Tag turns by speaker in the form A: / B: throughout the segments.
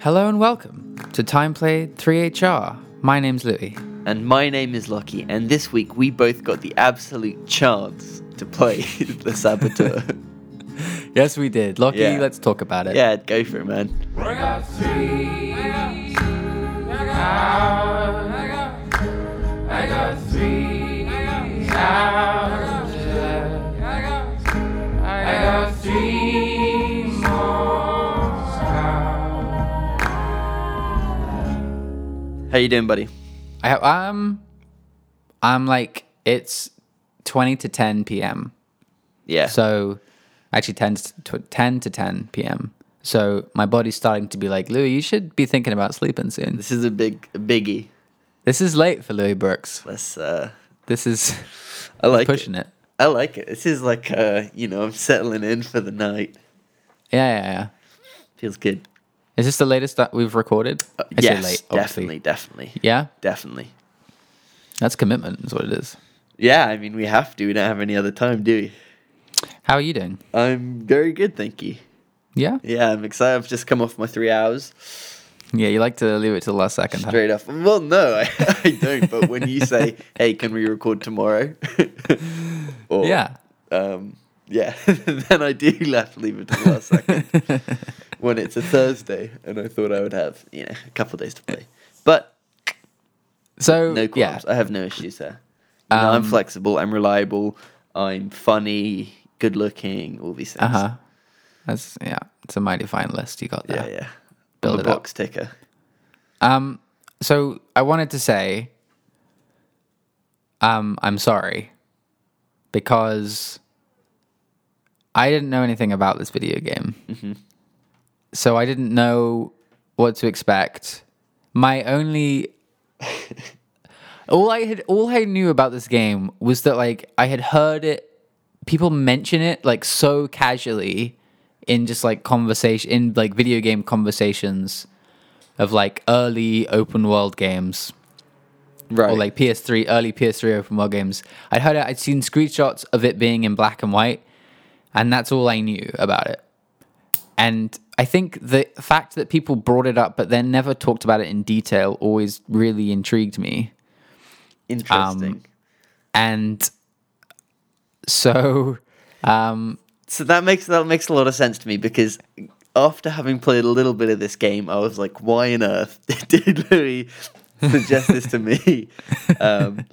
A: Hello and welcome to Time Played 3HR. My name's Louis.
B: And my name is Lockie, and this week we both got the absolute chance to play the Saboteur.
A: Yes, we did. Lucky,
B: Yeah.
A: let's talk about it.
B: yeah, go for it, man. How you doing, buddy?
A: I have, um, I'm like, it's 20 to 10 p.m.
B: Yeah.
A: So, actually, 10 to, 10 to 10 p.m. So, my body's starting to be like, Louis, you should be thinking about sleeping soon.
B: this is a big a biggie.
A: This is late for Louis Brooks.
B: That's uh
A: This is
B: I like
A: pushing it.
B: I like it. This is like uh, you know, I'm settling in for the night.
A: Yeah, yeah, yeah.
B: Feels good.
A: Is this the latest that we've recorded?
B: Uh,
A: I say
B: yes,
A: obviously.
B: definitely, definitely.
A: Yeah,
B: Definitely.
A: that's commitment, is what it is.
B: Yeah, I mean we have to. We don't have any other time, do we?
A: How are you doing?
B: I'm very good, thank you.
A: Yeah,
B: Yeah, I'm excited. I've just come off my three hours
A: yeah. You like to leave it to the last second. huh?
B: straight off. Well, no, I, I don't. But when you say, "Hey, can we record tomorrow?" or,
A: Yeah.
B: um, yeah, then I do have to leave it to the last second when it's a Thursday, and I thought I would have you know a couple days to play. But
A: so
B: no
A: yeah,
B: qualms. I have no issues there. You know,
A: Um,
B: I'm flexible. I'm reliable. I'm funny, good looking, all these things.
A: uh huh. That's yeah. It's a mighty fine list you got there.
B: Yeah, yeah.
A: Build
B: I'm
A: it
B: a
A: up.
B: box ticker.
A: Um. So I wanted to say, um, I'm sorry, because I didn't know anything about this video game, so I didn't know what to expect. My only all I had all I knew about this game was that like I had heard it people mention it like so casually in just like conversation in like video game conversations of like early open world games
B: Right.
A: or like PS3 early PS3 open world games. I'd heard it, I'd seen screenshots of it being in black and white and that's all I knew about it. And I think the fact that people brought it up but then never talked about it in detail always really intrigued me.
B: Interesting.
A: and so um
B: so that makes that makes a lot of sense to me because after having played a little bit of this game, I was like, why on earth did Louis suggest this to me? Um,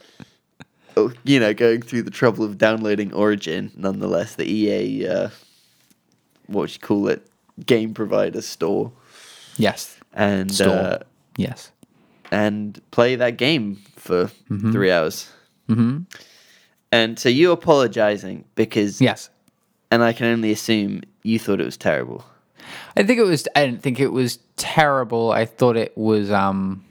B: oh, you know, going through the trouble of downloading Origin, nonetheless, the EA uh, what would you call it game provider store,
A: yes
B: and
A: Store.
B: Uh,
A: yes
B: and play that game for three hours. Mm-hmm. And so you apologizing because,
A: yes
B: and I can only assume you thought it was terrible.
A: i think it was i didn't think it was terrible i thought it was um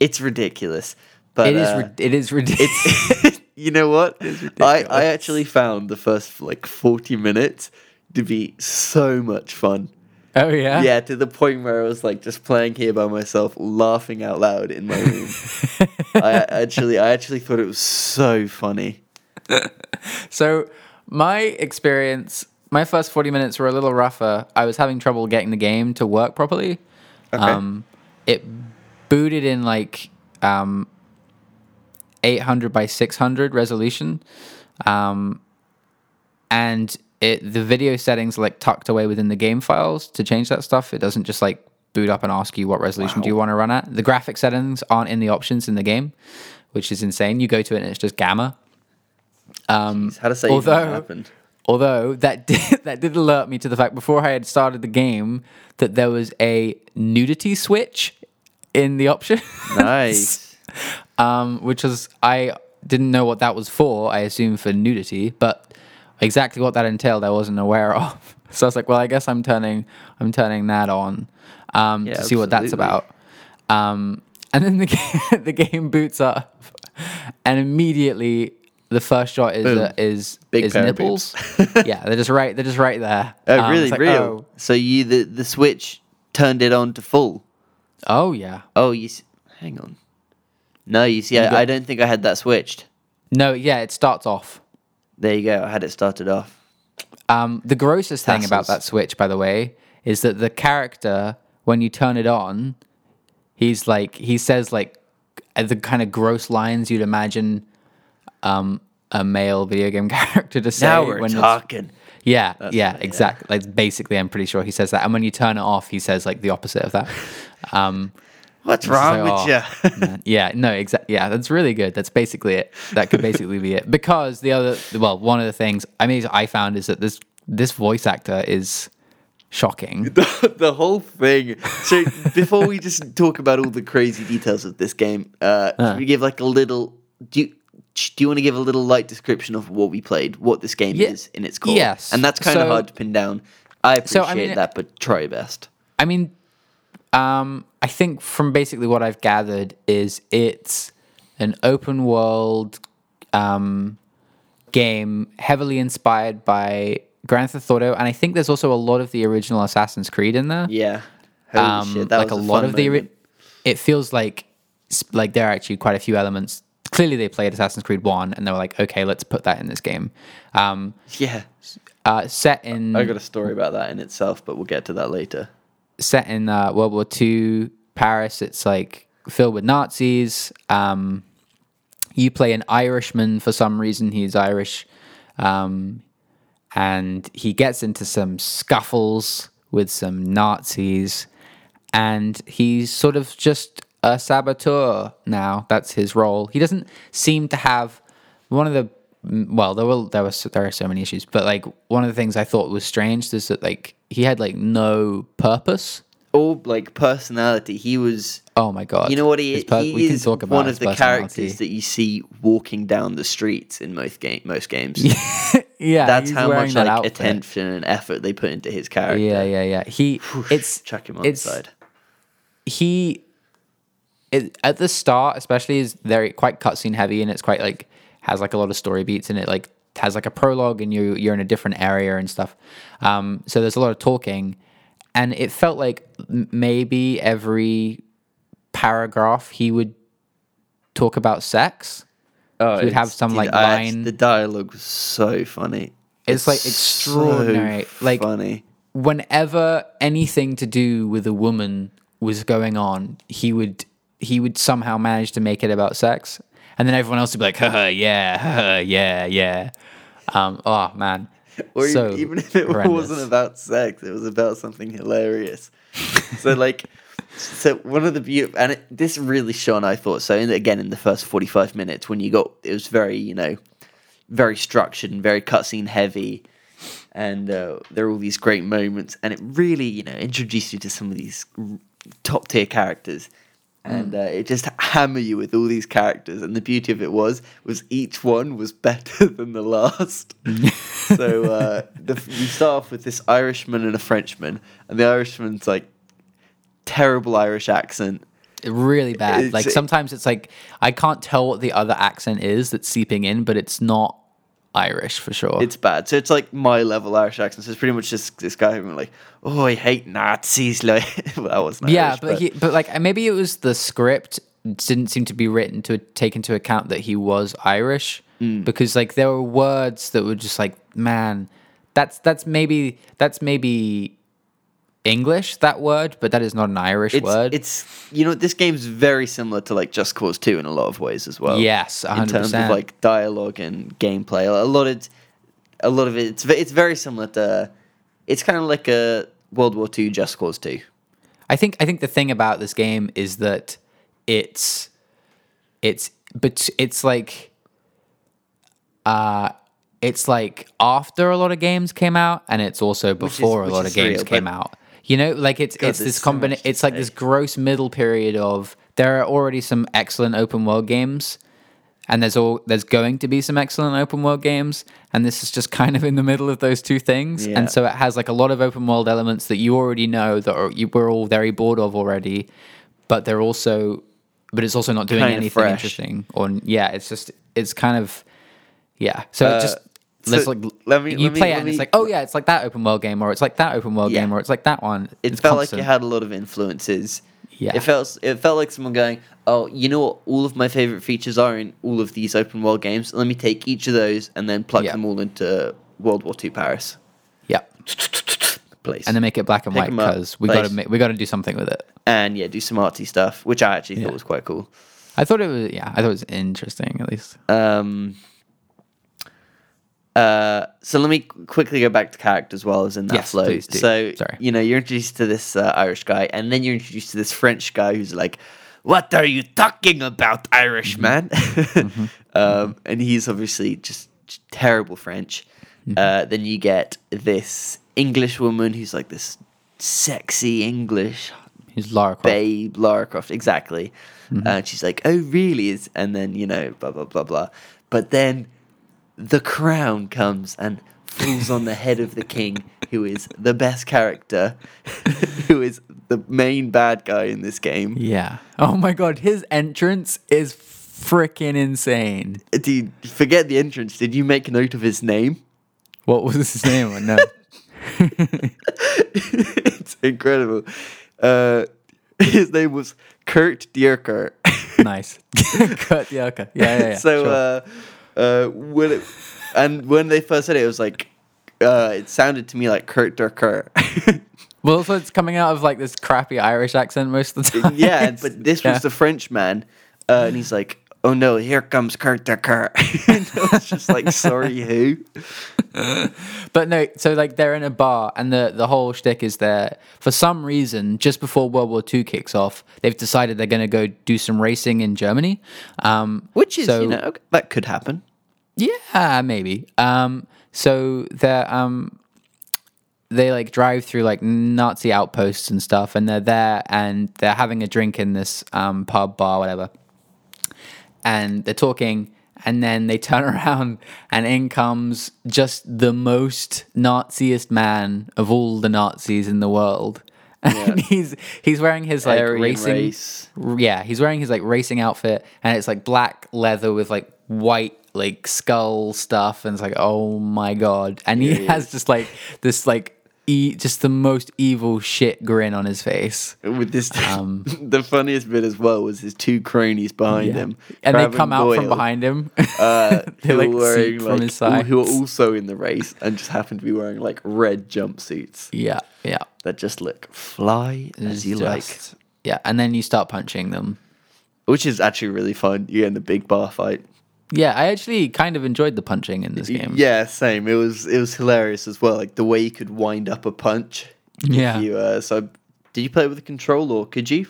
B: It's ridiculous. But
A: it is
B: uh,
A: rid- it is ridiculous
B: it's you know what? I,
A: ridiculous.
B: I actually found the first like forty minutes to be so much fun.
A: oh yeah
B: Yeah, to the point where I was like just playing here by myself, laughing out loud in my room. I actually I actually thought it was so funny.
A: so my experience my first 40 minutes were a little rougher i was having trouble getting the game to work properly
B: Okay.
A: um it booted in like um 800 by 600 resolution um and it the video settings are, like tucked away within the game files to change that stuff it doesn't just like boot up and ask you what resolution do you want to run at the graphic settings aren't in the options in the game which is insane you go to it and it's just gamma
B: How to say
A: although-
B: that happened?
A: Although that did, that did alert me to the fact before I had started the game that there was a nudity switch in the option,
B: Nice.
A: um, which was I didn't know what that was for. I assumed for nudity, but exactly what that entailed, I wasn't aware of. So I was like, well, I guess I'm turning I'm turning that on um,
B: Yeah,
A: to see what that's
B: absolutely.
A: about. Um, and then the game, the game boots up, and immediately the first shot is uh, is
B: Big
A: is
B: pair of
A: nipples. yeah, they're just right. They're just right there.
B: Oh,
A: Um,
B: really
A: it's like, Oh,
B: real. So you the the switch turned it on to full.
A: oh, yeah.
B: Oh, you s hang on. No, you see, I, I don't think I had that switched.
A: No, yeah. It starts off.
B: There you go. I had it started off.
A: Um, the grossest thing about
B: Tassels.
A: that switch, by the way, is that the character, when you turn it on, he's like he says like uh, the kind of gross lines you'd imagine um, a male video game character to say
B: Now we're
A: when it's-
B: talking.
A: yeah, yeah,
B: right, yeah.
A: exactly. Like basically, I'm pretty sure he says that. And when you turn it off, he says like the opposite of that. Um,
B: What's
A: it's
B: wrong
A: like,
B: with
A: "Oh,
B: you?
A: man." Yeah, no, exactly. Yeah, that's really good. That's basically it. That could basically be it. Because the other, well, one of the things I mean, I found is that this this voice actor is shocking.
B: the, the whole thing. So before we just talk about all the crazy details of this game, uh,
A: Ah.
B: should we give like a little. Do you, ch- do you want to give a little light description of what we played, what this game
A: Ye-
B: is in its core?
A: yes.
B: and that's kind of
A: So-
B: hard to pin down. I appreciate
A: So, I mean-
B: that, but try your best.
A: I mean, um, I think from basically what I've gathered is it's an open world um, game heavily inspired by Grand Theft Auto, and I think there's also a lot of the original Assassin's Creed in there.
B: Yeah, Holy
A: um,
B: shit, that
A: like
B: was
A: a, lot
B: fun
A: of the. ori-
B: moment.
A: It feels like sp- like there are actually quite a few elements. Clearly, they played Assassin's Creed One, and they were like, okay, let's put that in this game. Um,
B: yeah,
A: uh, set in
B: I got a story about that in itself, but we'll get to that later.
A: set in uh, World War II Paris. It's like filled with Nazis. Um, you play an Irishman for some reason. He's Irish, um, and he gets into some scuffles with some Nazis, and he's sort of just a saboteur now. That's his role. He doesn't seem to have one of the mm, well, there were there was there are so many issues, but like one of the things I thought was strange is that like he had like no purpose.
B: All like personality, he was.
A: Oh my god!
B: You know what he,
A: His per-
B: he
A: we can
B: is
A: talk about
B: one
A: his
B: of the
A: personality.
B: characters that you see walking down the streets in most game most games.
A: yeah,
B: That's
A: he's
B: how
A: wearing
B: much
A: that
B: like
A: outfit.
B: attention and effort they put into his character.
A: Yeah, yeah, yeah. He it's
B: chuck him on
A: it's,
B: the side.
A: He it, at the start, especially, is very quite cutscene heavy, and it's quite like has like a lot of story beats, and it like has like a prologue, and you you're in a different area and stuff. Um, so there's a lot of talking, and it felt like m- maybe every paragraph he would talk about sex.
B: Oh,
A: we'd have some, like, line-
B: The dialogue was so funny.
A: It's, like,
B: so
A: extraordinary, like-
B: funny.
A: whenever anything to do with a woman was going on, he would he would somehow manage to make it about sex, and then everyone else would be like, "Haha, yeah, haha, yeah, yeah." Um, oh man,
B: Or e-
A: so
B: even if it
A: horrendous.
B: wasn't about sex, it was about something hilarious. so like, so one of the beautiful and it, this really shone. I thought so. And again, in the first forty-five minutes, when you got it was very you know, very structured and very cutscene heavy, and uh, there are all these great moments, and it really you know introduced you to some of these top tier characters. And
A: Mm.
B: uh, it just hammer you with all these characters, and the beauty of it was was each one was better than the last so uh, the, you start off with this Irishman and a Frenchman, and the Irishman's like terrible Irish accent.
A: really bad.
B: It's-
A: like sometimes it's like I can't tell what the other accent is that's seeping in, but it's not Irish for sure.
B: It's bad. So it's like my level Irish accent. So it's pretty much just this guy who went like, "Oh, I hate Nazis." Like well, that wasn't.
A: yeah,
B: Irish,
A: but, he, but like maybe it was the script didn't seem to be written to take into account that he was Irish
B: Mm.
A: because like there were words that were just like man, that's that's maybe that's maybe English that word, but that is not an Irish
B: it's,
A: word.
B: it's you know this game's very similar to like Just Cause Two in a lot of ways as well.
A: yes,
B: in
A: hundred
B: terms of
A: percent.
B: like dialogue and gameplay. A lot of, a lot of it. It's ve- it's very similar to. It's kind of like a World War Two Just Cause Two.
A: I think I think the thing about this game is that it's it's but it's like uh it's like after a lot of games came out and it's also
B: is-
A: before
B: which
A: a lot of
B: is
A: games
B: real,
A: came
B: but-
A: out. You know, like it's it's
B: there's
A: this
B: so much
A: combina-
B: to
A: it's like this
B: say.
A: gross middle period of there are already some excellent open world games and there's all there's going to be some excellent open world games and this is just kind of in the middle of those two things
B: Yeah.
A: and so it has like a lot of open world elements that you already know that are, you were all very bored of already but they're also but it's also not doing
B: Kinda
A: anything
B: fresh.
A: interesting or yeah it's just it's kind of yeah so it just
B: Uh, so
A: let's like
B: let me-
A: you
B: let me-
A: play it
B: let
A: and
B: me-
A: it's like oh yeah it's like that open world game or it's like that open world
B: Yeah.
A: game or it's like that one
B: it
A: It's
B: felt
A: constant.
B: like it had a lot of influences.
A: Yeah.
B: It felt it felt like someone going, "Oh, you know what? All of my favorite features are in all of these open world games. Let me take each of those and then plug
A: Yeah.
B: them all into World War II Paris."
A: yeah
B: place.
A: and then make it black and
B: Pick
A: white
B: 'em up,
A: because we got
B: place.
A: to ma- we got to do something with it.
B: and yeah, do some artsy stuff, which I actually thought was quite cool.
A: I thought it was yeah, I thought it was interesting at least.
B: Um, uh, so let me qu- quickly go back to characters while I was in that
A: Yes,
B: flow.
A: please do.
B: So
A: Sorry.
B: you know you're introduced to this uh, Irish guy, and then you're introduced to this French guy who's like, "What are you talking about,
A: Mm-hmm.
B: Irishman?" um, and he's obviously just j- terrible French.
A: Mm-hmm.
B: Uh, then you get this English woman who's like this sexy English
A: He's Lara Croft.
B: babe Lara Croft exactly and she's like oh really is and then you know blah blah blah blah but then the crown comes and falls on the head of the king who is the best character who is the main bad guy in this game
A: Yeah. Oh my god, his entrance is freaking insane.
B: dude forget the entrance did you make note of his name
A: What was his name? Oh, No.
B: it's incredible uh his name was Kurt Dierker
A: nice. Kurt the Orca. Yeah, yeah, yeah.
B: so
A: sure.
B: uh, uh, when it, and when they first said it, it was like uh, it sounded to me like Kurt Durker.
A: well, also it's coming out of like this crappy Irish accent most of the time.
B: yeah, but this
A: Yeah.
B: was the French man, uh, and he's like, "Oh no, here comes Kurt Durker." and I was just like, "Sorry, who?"
A: But no, so like they're in a bar, and the the whole shtick is that for some reason, just before World War II kicks off, they've decided they're going to go do some racing in Germany. Um,
B: Which is
A: So-
B: you know okay, that could happen.
A: yeah, maybe. Um, so they're um, they like drive through like Nazi outposts and stuff, and they're there and they're having a drink in this um, pub bar, whatever. And they're talking, and then they turn around, and in comes just the most Naziest man of all the Nazis in the world. And he's he's wearing his like
B: Aryan
A: racing
B: race.
A: r- yeah, he's wearing his like racing outfit, and it's like black leather with like white like skull stuff, and it's like oh my god, and he has just like this like e- just the most evil shit grin on his face.
B: With this, the funniest bit as well was his two cronies behind
A: Yeah.
B: him,
A: and they
B: Crab
A: come out from
B: Boyle.
A: behind him.
B: uh,
A: They,
B: who
A: like,
B: are wearing,
A: seep from his
B: all- who are
A: sides.
B: also in the race and just happen to be wearing like red jumpsuits
A: yeah, yeah,
B: that just look fly as you like,
A: Just- yeah, and then you start punching them.
B: which is actually really fun. You get in the big bar fight.
A: Yeah, I actually kind of enjoyed the punching in this game.
B: Yeah, same. It was it was hilarious as well. Like the way you could wind up a punch. if
A: Yeah.
B: You, uh, so did you play with a controller? or Could you?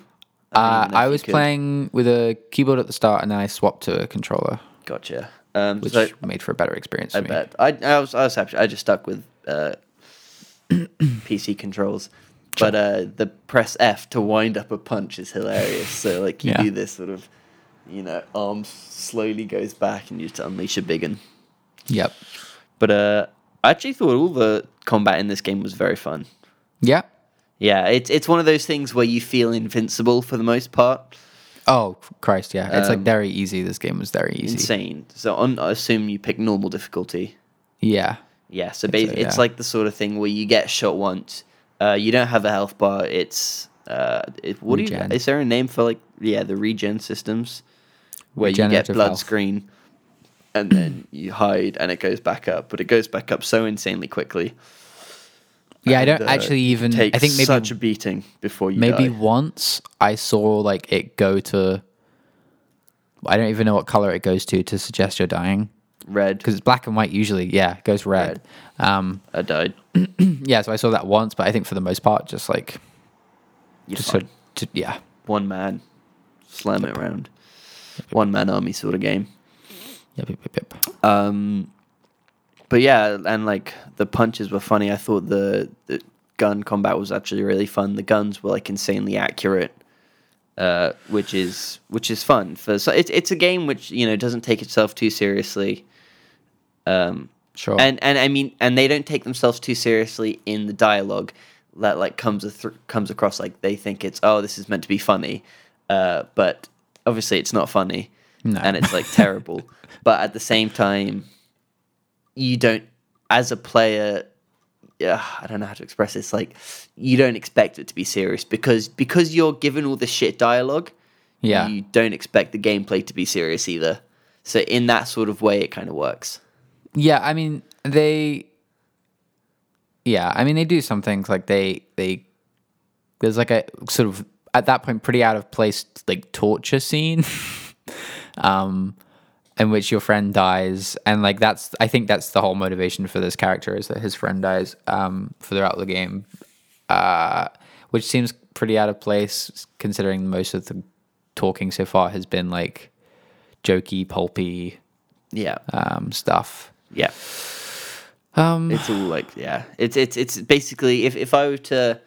B: don't
A: Uh,
B: even know if
A: I
B: you
A: was
B: could.
A: playing with a keyboard at the start, and then I swapped to a controller,
B: Gotcha. Um,
A: which
B: so
A: made for a better experience.
B: I
A: for me.
B: bet. I I was I was happy. I just stuck with uh, PC controls. But uh, the press F to wind up a punch is hilarious. So like you
A: Yeah.
B: do this sort of, you know, arm slowly goes back and you just unleash a big one.
A: Yep.
B: But uh, I actually thought all the combat in this game was very fun.
A: Yep.
B: Yeah, it's it's one of those things where you feel invincible for the most part.
A: Oh Christ, yeah. It's like
B: Um,
A: very easy. This game was very easy.
B: Insane. So on, I assume you pick normal difficulty.
A: Yeah.
B: Yeah, so
A: Think
B: basi-
A: so,
B: it's
A: uh, yeah.
B: like the sort of thing where you get shot once, uh, you don't have a health bar. It's uh, it, what
A: Regen.
B: do you? Is there a name for like yeah the regen systems where you get
A: Regenerative
B: blood
A: health.
B: screen, and then you hide and it goes back up, but it goes back up so insanely quickly.
A: Yeah, I don't
B: and, uh,
A: actually even
B: Takes
A: I think maybe
B: such a beating before you
A: maybe
B: die.
A: once I saw like it go to I don't even know what color it goes to to suggest you're dying
B: red
A: because it's black and white usually. Yeah, it goes red. Um
B: I died.
A: yeah, so I saw that once, but I think for the most part just like
B: You're
A: just
B: fine.
A: sort of- ju- yeah.
B: one man, slam it around, one man army sort of game.
A: Yep, yep, yep, yep.
B: Um, but yeah, and like the punches were funny. I thought the, the gun combat was actually really fun. The guns were like insanely accurate, uh, which is which is fun. For so it's it's a game which you know doesn't take itself too seriously. Um,
A: Sure.
B: and and I mean, and they don't take themselves too seriously in the dialogue. That like comes a thr- comes across like they think it's oh this is meant to be funny, uh, but obviously it's not funny,
A: No.
B: and it's like terrible. but at the same time, you don't as a player. Yeah, I don't know how to express this. Like, you don't expect it to be serious because because you're given all this shit dialogue
A: yeah.
B: you don't expect the gameplay to be serious either. So in that sort of way, it kind of works.
A: Yeah, I mean they yeah, I mean they do some things like they they there's like a sort of at that point pretty out of place like torture scene. um in which your friend dies and like that's I think that's the whole motivation for this character is that his friend dies um further out the game. Uh which seems pretty out of place considering most of the talking so far has been like jokey, pulpy
B: Yeah.
A: um stuff.
B: Yeah.
A: Um
B: It's all like yeah. It's it's it's basically if if I were to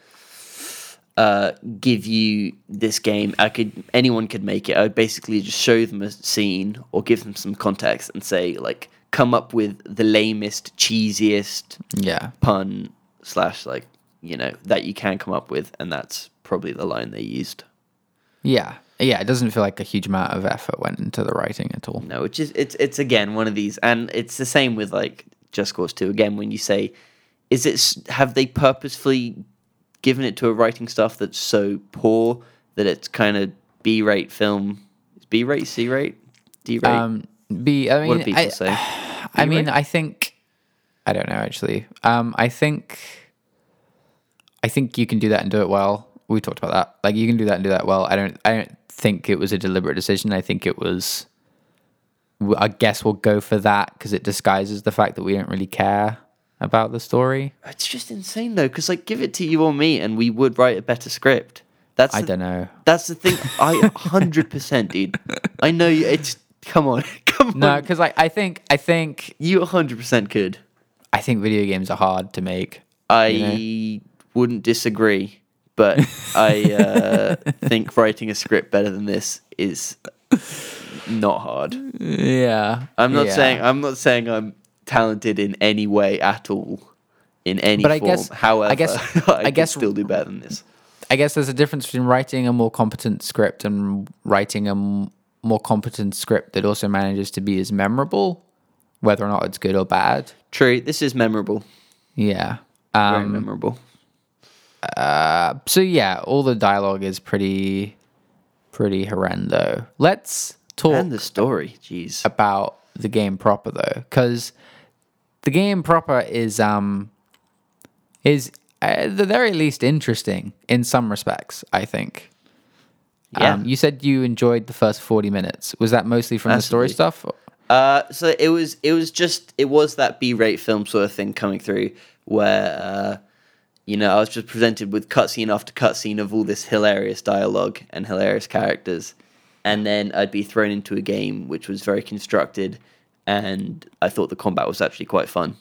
B: uh, give you this game, I could anyone could make it. I would basically just show them a scene or give them some context and say like come up with the lamest, cheesiest
A: yeah.
B: pun slash like you know that you can come up with, and that's probably the line they used.
A: Yeah. Yeah, it doesn't feel like a huge amount of effort went into the writing at all.
B: No, which is it's it's again one of these, and it's the same with like Just Cause Two. Again, when you say, is it s- have they purposefully given it to a writing staff that's so poor that it's kind of B rate film, B rate, C rate, D rate?
A: Um B I mean
B: what do people
A: I,
B: say?
A: I mean,
B: right?
A: I think I don't know actually. Um, I think I think you can do that and do it well. We talked about that. Like you can do that and do that well. I don't. I don't think it was a deliberate decision. I think it was. w- I guess we'll go for that because it disguises the fact that we don't really care about the story.
B: It's just insane though, because like give it to you or me, and we would write a better script. That's
A: I
B: the-
A: don't know.
B: That's the thing. I hundred percent, dude. I know you. It's come on, come on.
A: No, because like I think I think
B: You hundred percent could.
A: I think video games are hard to make.
B: I
A: you
B: wouldn't disagree, but I uh, think writing a script better than this is not hard.
A: Yeah,
B: I'm not
A: yeah.
B: saying I'm not saying I'm talented in any way at all, in any
A: But I
B: form.
A: guess- I
B: However,
A: guess-
B: I,
A: I
B: could
A: guess-
B: still do better than this.
A: I guess there's a difference between writing a more competent script and writing a m- more competent script that also manages to be as memorable, whether or not it's good or bad.
B: True, this is memorable,
A: Yeah.
B: very
A: Um,
B: memorable.
A: so yeah, all the dialogue is pretty, pretty horrendo. Let's talk
B: And the story, jeez,
A: about the game proper though, because the game proper is um is at the very least interesting in some respects. I think.
B: yeah.
A: Um, you said you enjoyed the first 40 minutes. Was that mostly from the story
B: Massively.
A: stuff? or-
B: Uh, so it was it was just it was that B-rate film sort of thing coming through where uh, you know I was just presented with cutscene after cutscene of all this hilarious dialogue and hilarious characters, and then I'd be thrown into a game which was very constructed, and I thought the combat was actually quite fun.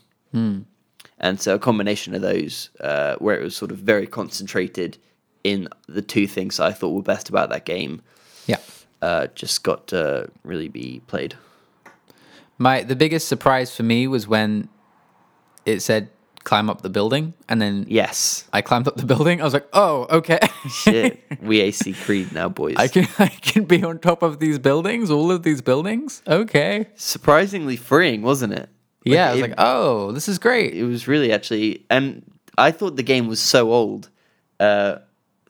B: And so a combination of those, uh, where it was sort of very concentrated in the two things I thought were best about that game,
A: Yeah.
B: uh, just got to really be played.
A: My the biggest surprise for me was when it said climb up the building and then
B: Yes.
A: I climbed up the building. I was like, "Oh, okay.
B: Shit, we AC Creed now, boys.
A: I can I can be on top of these buildings, all of these buildings." Okay.
B: Surprisingly freeing, wasn't it?
A: Yeah, I was
B: it,
A: like, "Oh, this is great."
B: it was really actually, and I thought the game was so old. Uh,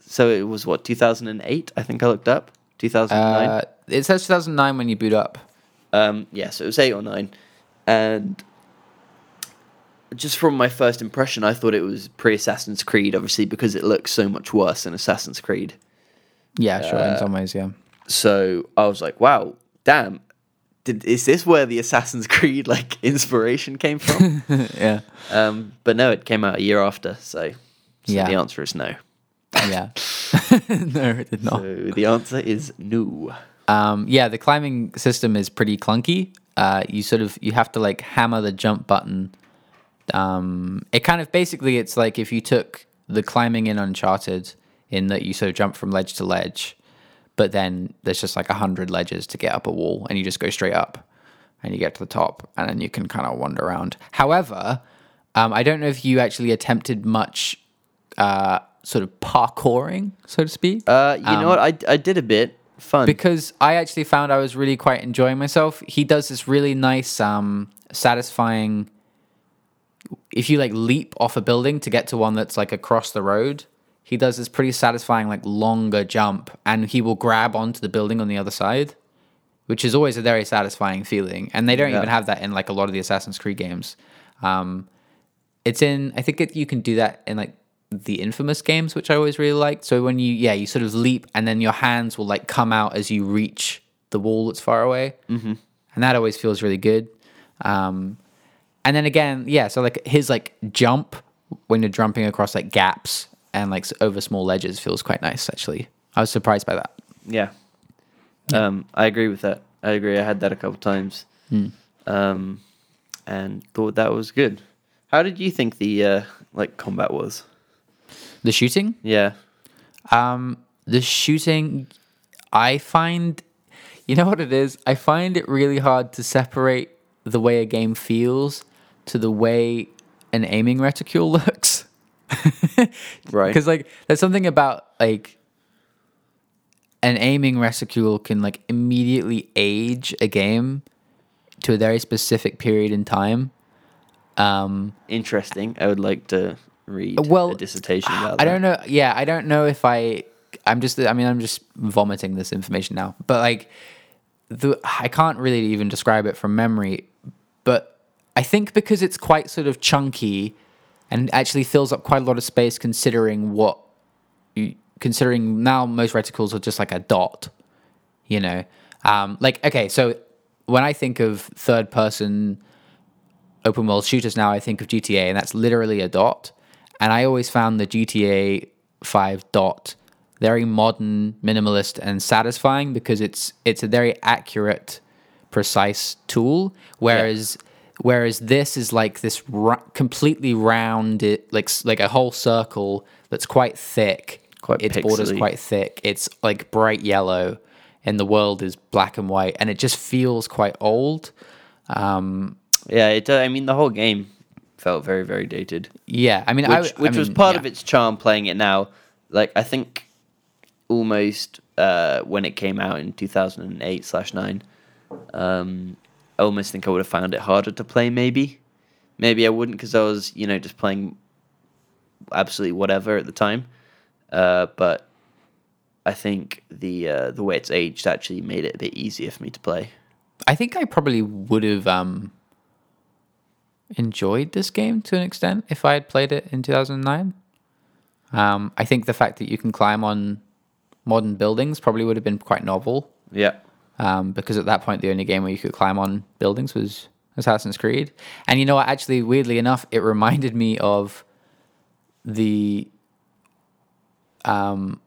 B: so it was what 2008, I think I looked up 2009.
A: Uh, it says 2009 when you boot up.
B: Um, yeah, so it was eight or nine, and just from my first impression, I thought it was pre-Assassin's Creed, obviously because it looks so much worse than Assassin's Creed.
A: Yeah, sure, in some ways, yeah.
B: So I was like, wow, damn. Did, is this where the Assassin's Creed like inspiration came from?
A: yeah.
B: Um, but no, it came out a year after, so, so
A: Yeah.
B: the answer is no.
A: Yeah. no, it did not.
B: So the answer is no.
A: Um, yeah, the climbing system is pretty clunky. Uh, you sort of you have to like hammer the jump button. Um, it kind of basically it's like if you took the climbing in Uncharted, in that you sort of jump from ledge to ledge, but then there's just like a hundred ledges to get up a wall, and you just go straight up, and you get to the top, and then you can kind of wander around. However, um, I don't know if you actually attempted much uh, sort of parkouring, so to speak
B: Uh, you
A: Um,
B: know what? I, I did a bit fun.
A: because I actually found I was really quite enjoying myself. He does this really nice, um, satisfying. If you like leap off a building to get to one that's like across the road, he does this pretty satisfying, like longer jump, and he will grab onto the building on the other side, which is always a very satisfying feeling. And they don't
B: Yeah.
A: even have that in like a lot of the Assassin's Creed games. Um, It's in. I think it, you can do that in like the infamous games, which I always really liked. So when you yeah, you sort of leap and then your hands will like come out as you reach the wall that's far away, mm-hmm. and that always feels really good. Um, and then again, yeah. So like his like jump when you're jumping across like gaps and like s- over small ledges feels quite nice. Actually, I was surprised by that.
B: Yeah. Um, I agree with that. I agree. I had that a couple times,
A: Hmm.
B: um, and thought that was good. How did you think the uh, like combat was?
A: The shooting,
B: Yeah.
A: Um, the shooting, I find, you know what it is? I find it really hard to separate the way a game feels to the way an aiming reticule looks.
B: Right.
A: Because, like, there's something about, like, an aiming reticule can, like, immediately age a game to a very specific period in time. Um,
B: Interesting. I would like to read
A: well,
B: a dissertation about
A: I don't know. Yeah, I don't know if I. I'm just. I mean, I'm just vomiting this information now. But like, the I can't really even describe it from memory. But I think because it's quite sort of chunky, and actually fills up quite a lot of space, considering what, you, considering now most reticles are just like a dot you know um like okay so when i think of third person open world shooters now i think of gta and that's literally a dot and i always found the gta 5 dot very modern minimalist and satisfying because it's it's a very accurate precise tool whereas whereas this is like this ra- completely rounded like s- like a whole circle that's quite thick
B: Quite
A: its borders quite
B: pixely.
A: quite thick. It's like bright yellow, and the world is black and white, and it just feels quite old. Um,
B: Yeah. It. Uh, I mean, the whole game felt very, very dated.
A: yeah, I mean, I,
B: which,
A: I
B: which was
A: mean,
B: part
A: yeah.
B: of its charm playing it now. Like I think almost uh, when it came out in two thousand and eight slash nine, um, I almost think I would have found it harder to play. Maybe, maybe I wouldn't because I was you know just playing absolutely whatever at the time. Uh, but I think the uh, the way it's aged actually made it a bit easier for me to play.
A: I think I probably would have um, enjoyed this game to an extent if I had played it in 2009. Um, I think the fact that you can climb on modern buildings probably would have been quite novel.
B: Yeah,
A: um, because at that point the only game where you could climb on buildings was Assassin's Creed. And you know what? Actually, weirdly enough, it reminded me of the um,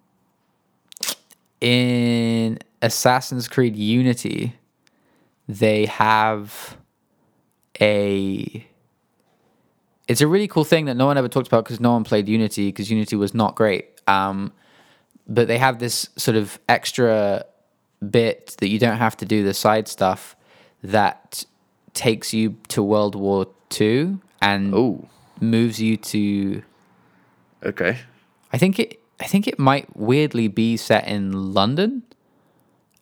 A: in Assassin's Creed Unity, they have a it's a really cool thing that no one ever talked about because no one played Unity because Unity was not great. Um, but they have this sort of extra bit that you don't have to do the side stuff that takes you to World War Two and
B: Ooh.
A: moves you to
B: Okay.
A: I think it. I think it might weirdly be set in London.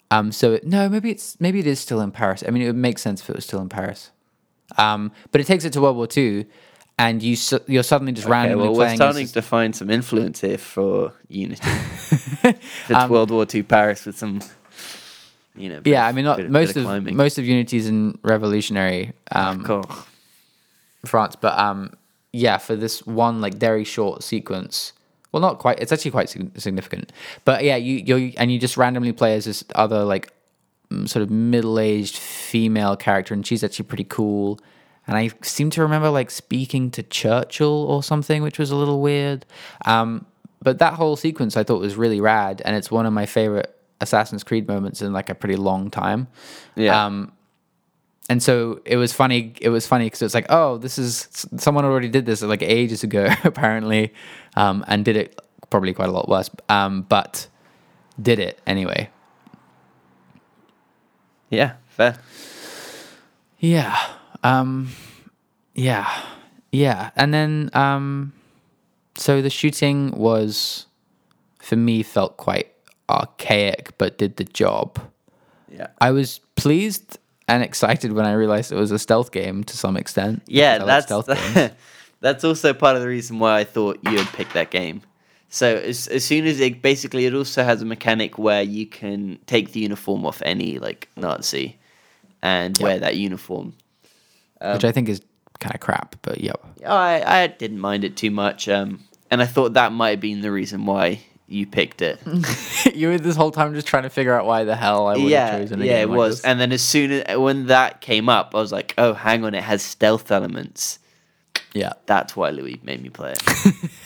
A: Um. So it, no, maybe it's maybe it is still in Paris. I mean, it would make sense if it was still in Paris. Um. But it takes it to World War Two, and you su- you're suddenly just
B: Okay,
A: randomly
B: well, we're
A: playing. as
B: starting
A: this-
B: to find some influence here for Unity. if it's World War II Paris with some, you know. bit
A: Um, yeah,
B: of-
A: I mean, not,
B: bit
A: most
B: bit
A: of most of Unity's in Revolutionary um,
B: Cool.
A: France, but um, yeah, for this one like very short sequence. Well, not quite. It's actually quite sig- significant. But yeah, you you and you just randomly play as this other like mm, sort of middle-aged female character, and she's actually pretty cool. And I seem to remember like speaking to Churchill or something, which was a little weird. Um, but that whole sequence I thought was really rad, and it's one of my favorite Assassin's Creed moments in like a pretty long time
B: Yeah.
A: Um, and so it was funny it was funny because it's like oh this is s- someone already did this like ages ago apparently um, and did it probably quite a lot worse um, but did it anyway
B: yeah. Fair.
A: yeah um, yeah yeah and then um, so the shooting was for me felt quite archaic but did the job
B: Yeah.
A: i was pleased and excited when i realized it was a stealth game to some extent
B: Yeah.
A: because I like
B: That's
A: stealth games.
B: that's also part of the reason why I thought you'd pick that game. So as as soon as it basically it also has a mechanic where you can take the uniform off any like Nazi, and wear that uniform.
A: Um, which I think is kind of crap, but yep.
B: I, I didn't mind it too much. Um, and I thought that might have been the reason why you picked it.
A: you were this whole time just trying to figure out why the hell I would
B: yeah,
A: have chosen a
B: yeah, it
A: game like
B: was.
A: this.
B: And then as soon as when that came up, I was like, oh, hang on, it has stealth elements.
A: yeah.
B: That's why Louis made me play it.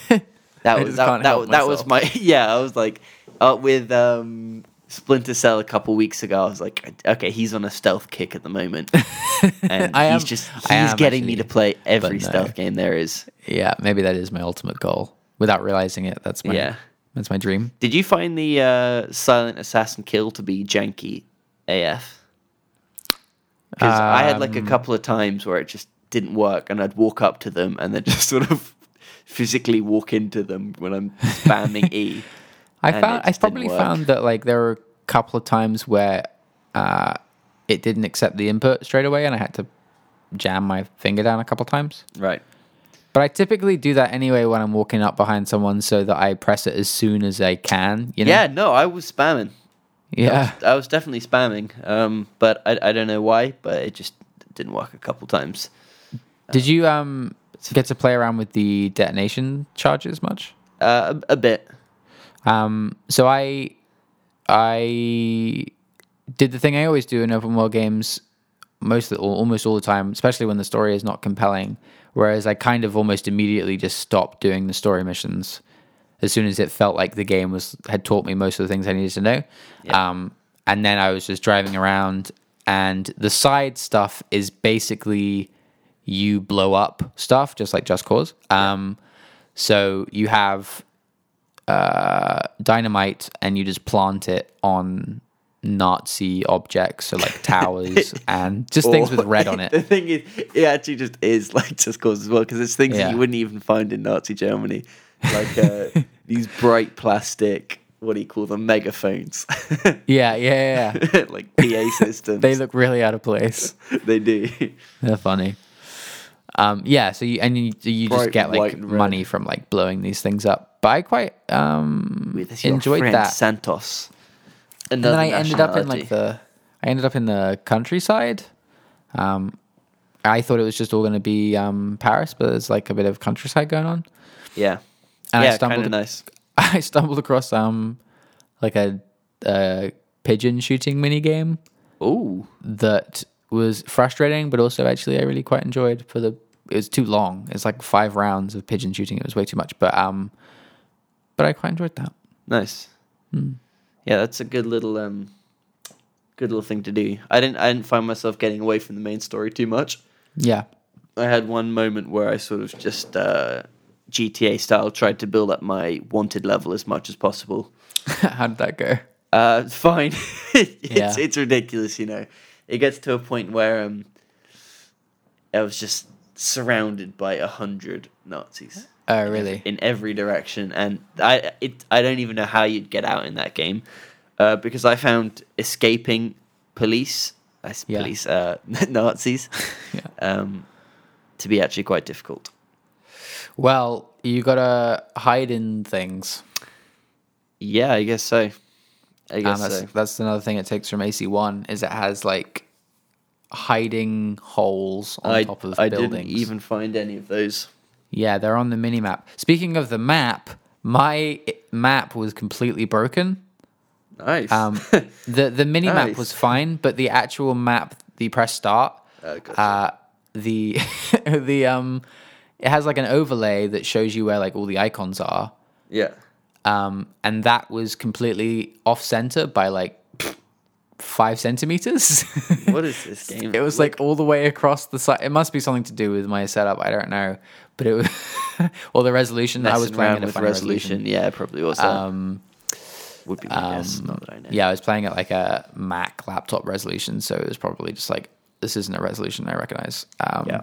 A: I
B: That was
A: just
B: that,
A: can't
B: that,
A: help
B: that was
A: myself.
B: my yeah. I was like uh, with um, Splinter Cell a couple weeks ago. I was like, okay, he's on a stealth kick at the moment, and
A: I
B: he's
A: am-
B: just he's
A: I am
B: getting me to
A: actually,
B: play every
A: no.
B: stealth game there is.
A: Yeah, maybe that is my ultimate goal. Without realizing it, that's my
B: Yeah.
A: that's my dream.
B: Did you find the uh, Silent Assassin kill to be janky AF? Because I had like a couple of times where it just didn't work, and I'd walk up to them and then just sort of physically walk into them when I'm spamming E.
A: I
B: and it
A: found I
B: just didn't
A: probably
B: work.
A: found that like there were a couple of times where uh, it didn't accept the input straight away, and I had to jam my finger down a couple of times.
B: Right.
A: But I typically do that anyway when I'm walking up behind someone, so that I press it as soon as I can. You know?
B: Yeah, no, I was spamming.
A: yeah.
B: I was definitely spamming, um, but I, I don't know why, but it just didn't work a couple times.
A: Did you um get to play around with the detonation charges much?
B: Uh, a, a bit.
A: Um, so I I did the thing I always do in open world games most of the, al- almost all the time, especially when the story is not compelling. Whereas I kind of almost immediately just stopped doing the story missions as soon as it felt like the game was had taught me most of the things I needed to know. Um, and then I was just driving around, and the side stuff is basically you blow up stuff, just like Just Cause. Um, So you have uh, dynamite and you just plant it on Nazi objects, so like towers and just things with red on
B: the
A: it.
B: thing is, it actually just is like just cause as well because it's things that
A: Yeah.
B: you wouldn't even find in Nazi Germany, like uh, these bright plastic. What do you call them? Megaphones,
A: Yeah, yeah, yeah.
B: like PA systems.
A: They
B: they,
A: look really out of place.
B: do.
A: They're funny. Um, yeah, so you and you, you just
B: Bright
A: get
B: white
A: like
B: and red.
A: money from like blowing these things up. But I quite um
B: With this your
A: enjoyed
B: friend,
A: that.
B: Santos.
A: And then
B: Another
A: I ended up in
B: nationality.
A: like the I ended up in the countryside. Um I thought it was just all going to be um, Paris, but there's like a bit of countryside going on.
B: yeah,
A: and I
B: yeah, kind
A: stumbled-
B: of nice.
A: I stumbled across um like a, uh pigeon shooting mini game
B: Ooh,
A: that was frustrating, but also actually I really quite enjoyed for the. It was too long. It's like five rounds of pigeon shooting. It was way too much, but um, but I quite enjoyed that.
B: Nice.
A: Hmm.
B: Yeah, that's a good little um, good little thing to do. I didn't I didn't find myself getting away from the main story too much.
A: Yeah,
B: I had one moment where I sort of just uh, GTA style tried to build up my wanted level as much as possible.
A: how did that go?
B: Uh, it's fine. it's
A: Yeah.
B: it's ridiculous, you know. It gets to a point where um, I was just surrounded by a hundred Nazis
A: Oh, really?
B: in every direction, and I it I don't even know how you'd get out in that game, uh, because I found escaping police, I s-
A: Yeah.
B: police uh, Nazis,
A: Yeah.
B: um, to be actually quite difficult.
A: Well, you gotta hide in things.
B: Yeah, I guess so. I
A: Um,
B: guess
A: that's
B: so.
A: that's another thing it takes from AC One is it has like hiding holes on
B: I,
A: top of
B: I
A: buildings.
B: didn't even find any of those.
A: Yeah, they're on the mini map. Speaking of the map, my i- map was completely broken.
B: Nice.
A: Um, the the mini map
B: Nice.
A: was fine, but the actual map, the press start,
B: Oh, gotcha.
A: uh, the the um, it has like an overlay that shows you where like all the icons are,
B: yeah.
A: um, and that was completely off center by like five centimeters.
B: What is this game?
A: It was like all the way across the side. It must be something to do with my setup. I don't know, but it was or the resolution that I was
B: Messing
A: playing
B: around
A: in a
B: with
A: funny resolution. Uh,
B: resolution. Yeah, probably was. Um, would be my guess. Not that I know.
A: um, Yeah, I was playing at like a Mac laptop resolution, so it was probably just like this isn't a resolution I recognize. Um,
B: Yeah.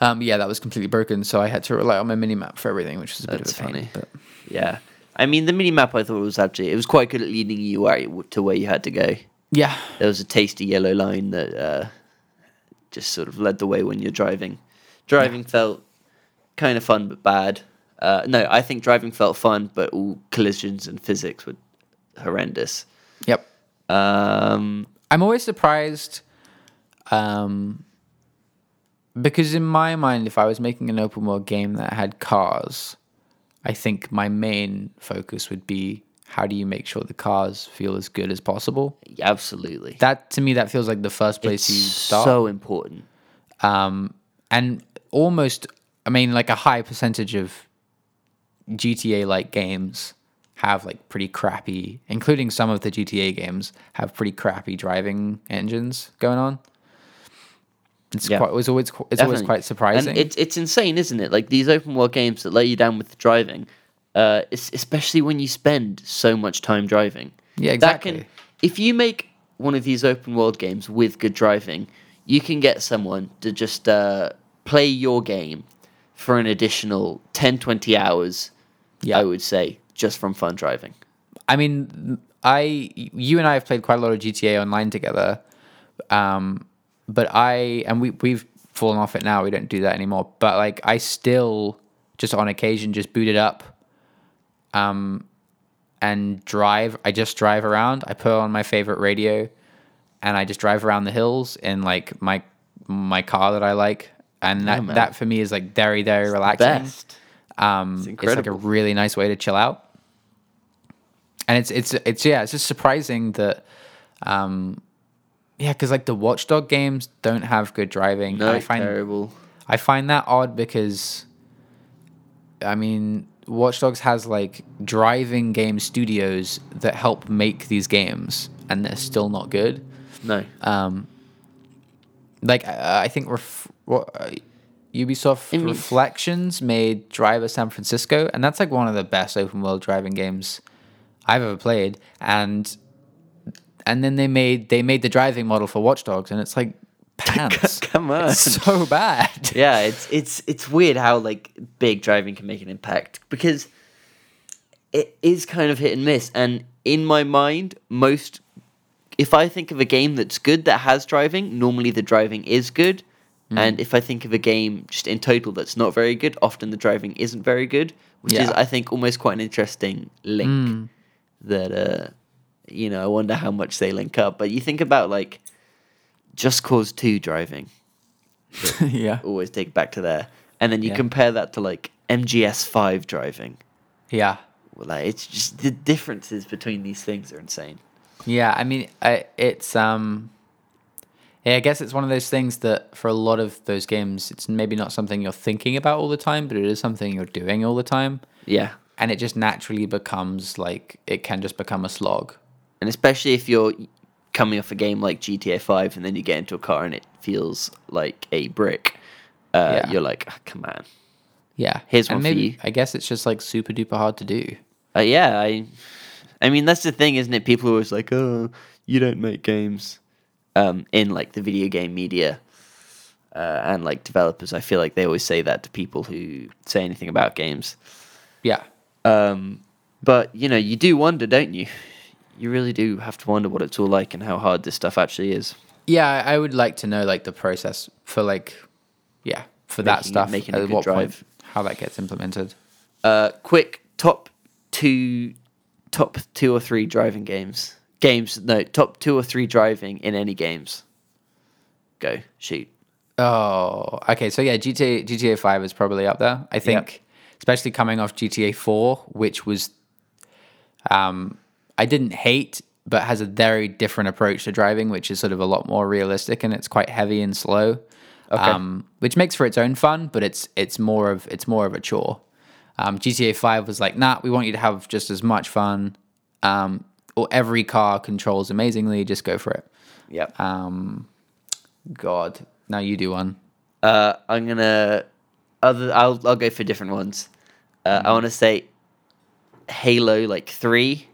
A: um, yeah, that was completely broken, so I had to rely on my mini map for everything, which was a bit
B: That's
A: of a pain.
B: funny.
A: But
B: Yeah. I mean, the mini map I thought was actually it was quite good at leading you where you- to where you had to go.
A: yeah,
B: There was a tasty yellow line that uh, just sort of led the way when you're driving. Driving felt kind of fun but bad. Uh, no, I think driving felt fun, but all collisions and physics were horrendous.
A: yep.
B: Um,
A: I'm always surprised um, because in my mind, if I was making an open world game that had cars, I think my main focus would be how do you make sure the cars feel as good as possible.
B: Absolutely.
A: That to me, that feels like the first place you start.
B: so important.
A: um, and almost, I mean, like a high percentage of GTA like games have like pretty crappy, including some of the GTA games have pretty crappy driving engines going on. It's
B: Yeah.
A: quite, it was always, qu- it's always
B: Definitely.
A: quite surprising.
B: And it's it's insane, isn't it? Like these open world games that lay you down with the driving, uh, es- especially when you spend so much time driving.
A: Yeah,
B: That
A: exactly.
B: can, if you make one of these open world games with good driving, you can get someone to just uh, play your game for an additional 10, 20 hours.
A: Yeah.
B: I would say just from fun driving.
A: I mean, I you and I have played quite a lot of GTA Online together, um, but I and we we've fallen off it now. We don't do that anymore. But like, I still just on occasion just boot it up, um, and drive. I just drive around. I put on my favorite radio, and I just drive around the hills in like my my car that I like, and that
B: Oh, man.
A: that for me is like very very relaxing.
B: Best.
A: Um, it's, like a
B: incredible.
A: really nice way to chill out. And it's it's it's yeah, it's just surprising that, um, yeah, because like the Watchdog games don't have good driving.
B: No,
A: I find
B: terrible.
A: I find that odd because, I mean, Watchdogs has like driving game studios that help make these games, and they're still not good.
B: No.
A: Um, Like I, I think ref- what, uh, Ubisoft
B: I mean-
A: Reflections made Driver San Francisco, and that's like one of the best open world driving games I've ever played. And and then they made they made the driving model for Watch Dogs, and it's like pants.
B: come on.
A: It's so bad.
B: yeah, it's it's it's weird how like big driving can make an impact because it is kind of hit and miss. And in my mind, most if I think of a game that's good that has driving, normally the driving is good. And if I think of a game just in total that's not very good, often the driving isn't very good, which is
A: Yeah.
B: I think almost quite an interesting link that uh you know, I wonder how much they link up. But you think about like just cause two driving
A: yeah,
B: always take back to there. And then you
A: Yeah.
B: compare that to like MGS5 driving.
A: yeah,
B: Well, Like it's just the differences between these things are insane.
A: yeah. I mean, I, it's um. Yeah, I guess it's one of those things that for a lot of those games, it's maybe not something you're thinking about all the time, but it is something you're doing all the time.
B: Yeah.
A: and it just naturally becomes like it can just become a slog.
B: And especially if you're coming off a game like GTA 5 and then you get into a car and it feels like a brick. Uh,
A: Yeah.
B: You're like, "Ah, come on.
A: Yeah,
B: Here's one
A: and
B: for
A: maybe
B: you.
A: I guess it's just like super duper hard to do.
B: Uh, yeah, I, I mean that's the thing, isn't it? People are always like, "Oh, you don't make games," um, in like the video game media, uh, and like developers. I feel like they always say that to people who say anything about games.
A: Yeah,
B: Um, but you know, you do wonder, don't you? You really do have to wonder what it's all like and how hard this stuff actually is.
A: yeah, I I would like to know like the process for like, yeah, for that
B: Making-
A: stuff.
B: making a
A: at
B: good
A: what point
B: drive.
A: how that gets implemented?
B: Uh, quick top two, top two or three driving games. Games no top two or three driving in any games. Go shoot.
A: Oh, okay. So yeah, GTA GTA Five is probably up there. I think, especially coming off GTA Four, which was, um, I didn't hate, but has a very different approach to driving, which is sort of a lot more realistic and it's quite heavy and slow. Um, which makes for its own fun, but it's it's more of it's more of a chore. Um, GTA Five was like, nah, we want you to have just as much fun. Um, or every car controls amazingly. Just go for it.
B: Yep.
A: God, now you do one.
B: Uh, I'm gonna other. I'll I'll go for different ones. Uh, I want to say Halo like three,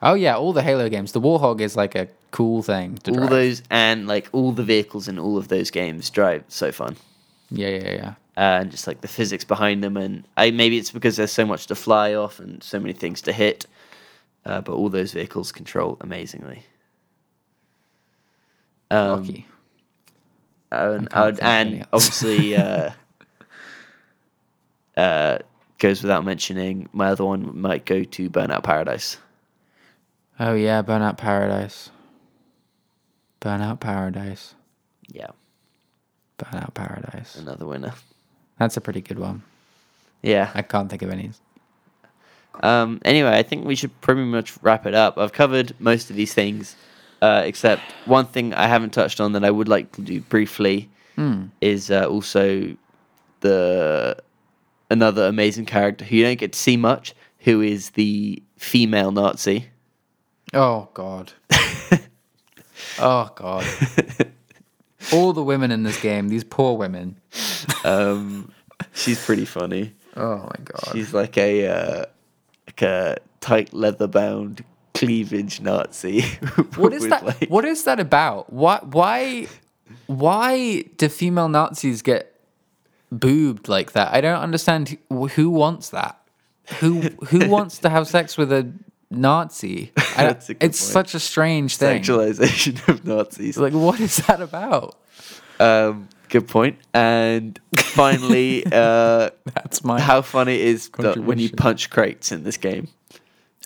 A: Oh yeah, all the Halo games. The Warhog is like a cool thing to
B: all
A: drive.
B: those, and like all the vehicles in all of those games drive so fun,
A: yeah, yeah, yeah.
B: uh, and just like the physics behind them, and I maybe it's because there's so much to fly off and so many things to hit, uh, but all those vehicles control amazingly. Um,
A: Lucky.
B: Uh, and,
A: can't
B: and,
A: think of any
B: and
A: else.
B: obviously uh, uh, goes without mentioning. My other one might go to Burnout Paradise.
A: Oh yeah, Burnout Paradise. Burnout Paradise.
B: Yeah,
A: Burnout Paradise.
B: Another winner.
A: That's a pretty good one.
B: Yeah.
A: I can't think of any.
B: Um, anyway, I think we should pretty much wrap it up. I've covered most of these things, uh, except one thing I haven't touched on that I would like to do briefly
A: Hmm.
B: is uh, also the another amazing character who you don't get to see much, who is the female Nazi.
A: Oh god. oh god. All the women in this game, these poor women.
B: Um, she's pretty funny.
A: Oh my god.
B: She's like a uh, like a tight leather bound cleavage Nazi.
A: what is
B: with,
A: that?
B: like-
A: What is that about? Why? Why? Why do female Nazis get boobed like that? I don't understand. Who, who wants that? Who Who wants to have sex with a Nazi? I don't-
B: That's a good
A: it's
B: point.
A: such a strange thing.
B: sexualization of Nazis.
A: Like, what is that about?
B: Um, good point. And finally, uh,
A: That's my.
B: how funny it is that when you
A: Contribution.
B: punch crates in this game?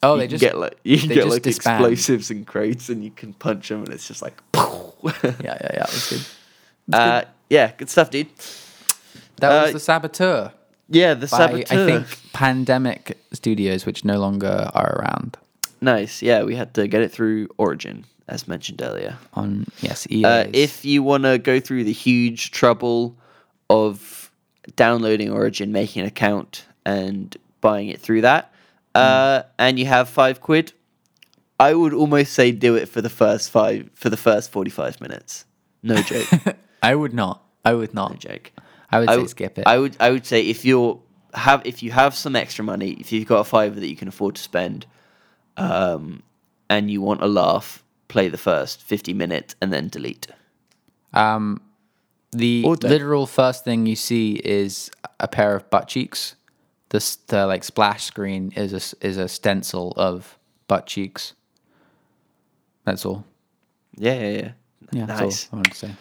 A: oh,
B: You
A: they
B: can
A: just
B: get like you can
A: they
B: get
A: just
B: like
A: disband.
B: explosives and crates, and you can punch them, and it's just like,
A: Yeah, yeah, yeah. That's good.
B: uh, yeah, good stuff, dude.
A: That
B: Uh,
A: was the Saboteur
B: Yeah, the
A: by
B: saboteur.
A: I think Pandemic Studios, which no longer are around.
B: Nice. Yeah, we had to get it through Origin, as mentioned earlier.
A: On yes, E EA.
B: Uh, if you want to go through the huge trouble of downloading Origin, making an account, and buying it through that,
A: Hmm.
B: uh, and you have five quid, I would almost say do it for the first five for the first forty-five minutes. No joke,
A: I would not. I would
B: no
A: not.
B: joke.
A: I would
B: I
A: say
B: w-
A: skip it.
B: I would I would say if you're have if you have some extra money, if you've got a fiver that you can afford to spend, um, and you want a laugh, play the first fifty minutes and then delete.
A: Um, the
B: Or don't.
A: literal first thing you see is a pair of butt cheeks. The, s- the like splash screen is a, s- is a stencil of butt cheeks. That's all.
B: Yeah, yeah, yeah.
A: Yeah,
B: nice,
A: that's all I wanted to say.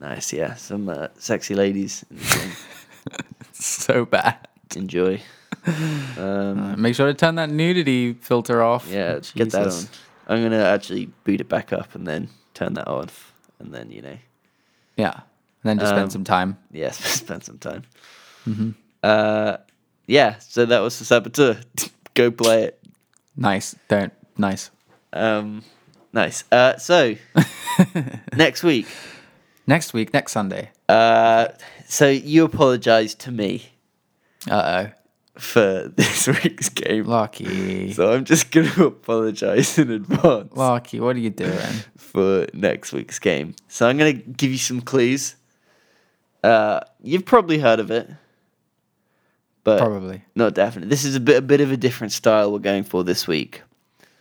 B: nice. Yeah, some uh, sexy ladies in the game.
A: So bad.
B: enjoy. Um,
A: Uh, Make sure to turn that nudity filter off.
B: yeah, get that on.
A: Jesus.
B: I'm gonna actually boot it back up and then turn that off, and then you know,
A: Yeah, and then just
B: Um,
A: spend some time.
B: yes, spend some time.
A: Mm-hmm.
B: Uh, yeah. So that was the saboteur. Go play it.
A: Nice. Don't nice.
B: Um, nice. Uh, so next week.
A: Next week, next Sunday.
B: Uh, so you apologise to me
A: Uh
B: for this week's
A: oh,
B: game.
A: Larky.
B: So I'm just going to apologize in advance
A: Larky, what are you doing?
B: for next week's game. So I'm going to give you some clues. Uh, you've probably heard of it, but
A: Probably.
B: not definite. This is a bit a bit of a different style we're going for this week.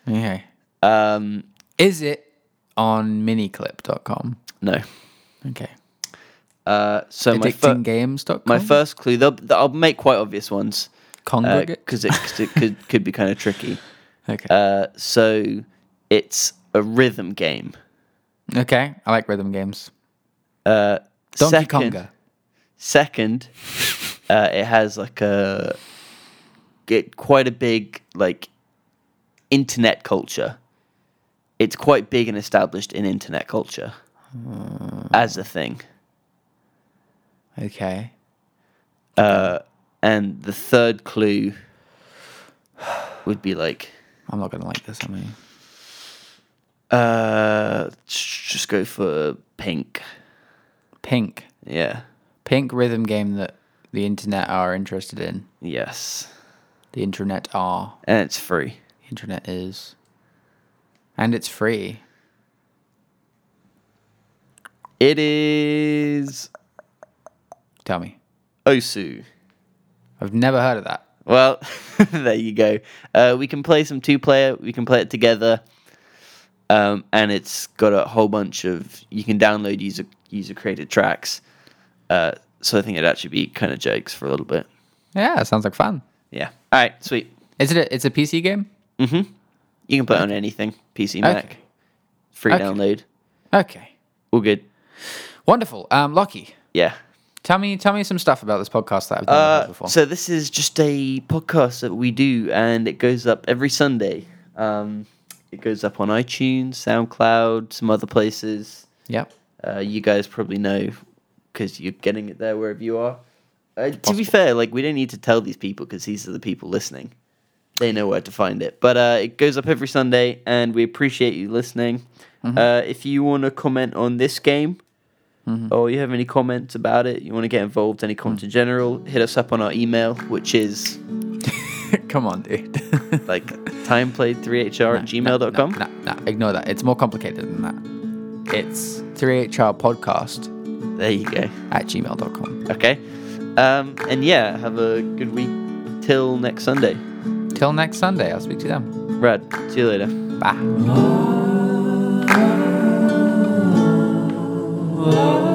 A: Okay.
B: Um,
A: Is it on miniclip.com?
B: no.
A: Okay.
B: Uh, so my, fir-
A: Addictinggames.com?
B: my first clue. They'll, I'll make quite obvious ones
A: Congregate?
B: because it, 'cause it could could be kind of tricky.
A: okay.
B: Uh, so it's a rhythm game.
A: okay. I like rhythm games.
B: Uh,
A: Donkey
B: second-
A: Konga.
B: Second, uh, it has like a get quite a big like internet culture. It's quite big and established in internet culture as a thing.
A: Okay.
B: Uh, and the third clue would be like
A: I'm not going to like this, am I?
B: uh, sh- just go for pink.
A: Pink.
B: Yeah.
A: Pink rhythm game that the internet are interested in.
B: Yes.
A: The internet are.
B: And it's free.
A: The internet is. And it's free.
B: It is
A: Tell me.
B: Osu.
A: I've never heard of that.
B: Well, there you go. Uh, we can play some two player. We can play it together, um, and it's got a whole bunch of. You can download user user created tracks. Uh, so I think it'd actually be kind of jokes for a little bit.
A: Yeah, sounds like fun.
B: Yeah. All right. Sweet.
A: Is it a, it's a PC game?
B: Mm-hmm. You can put it on anything PC, Mac,
A: Okay.
B: free
A: Okay.
B: download.
A: Okay.
B: All good.
A: Wonderful. Um, Lockie,
B: Yeah.
A: tell me tell me some stuff about this podcast that I've never heard
B: Uh,
A: before.
B: so this is just a podcast that we do, and it goes up every Sunday. Um, it goes up on iTunes, SoundCloud, some other places.
A: yep.
B: Uh, you guys probably know because you're getting it there wherever you are. Uh, to be fair, like we don't need to tell these people because these are the people listening. They know where to find it. But uh, it goes up every Sunday, and we appreciate you listening. Uh, if you want to comment on this game, or you have any comments about it, you want to get involved, any comments in general, hit us up on our email, which is
A: Come on, dude.
B: like timeplayed3hr at gmail.com. com.
A: No, no, no, ignore that. It's more complicated than that. It's 3hrpodcast
B: There you go.
A: at gmail.com.
B: Okay. Um, and yeah, have a good week till next Sunday.
A: Till next Sunday, I'll speak to them.
B: Rad, see you later.
A: Bye.
C: Oh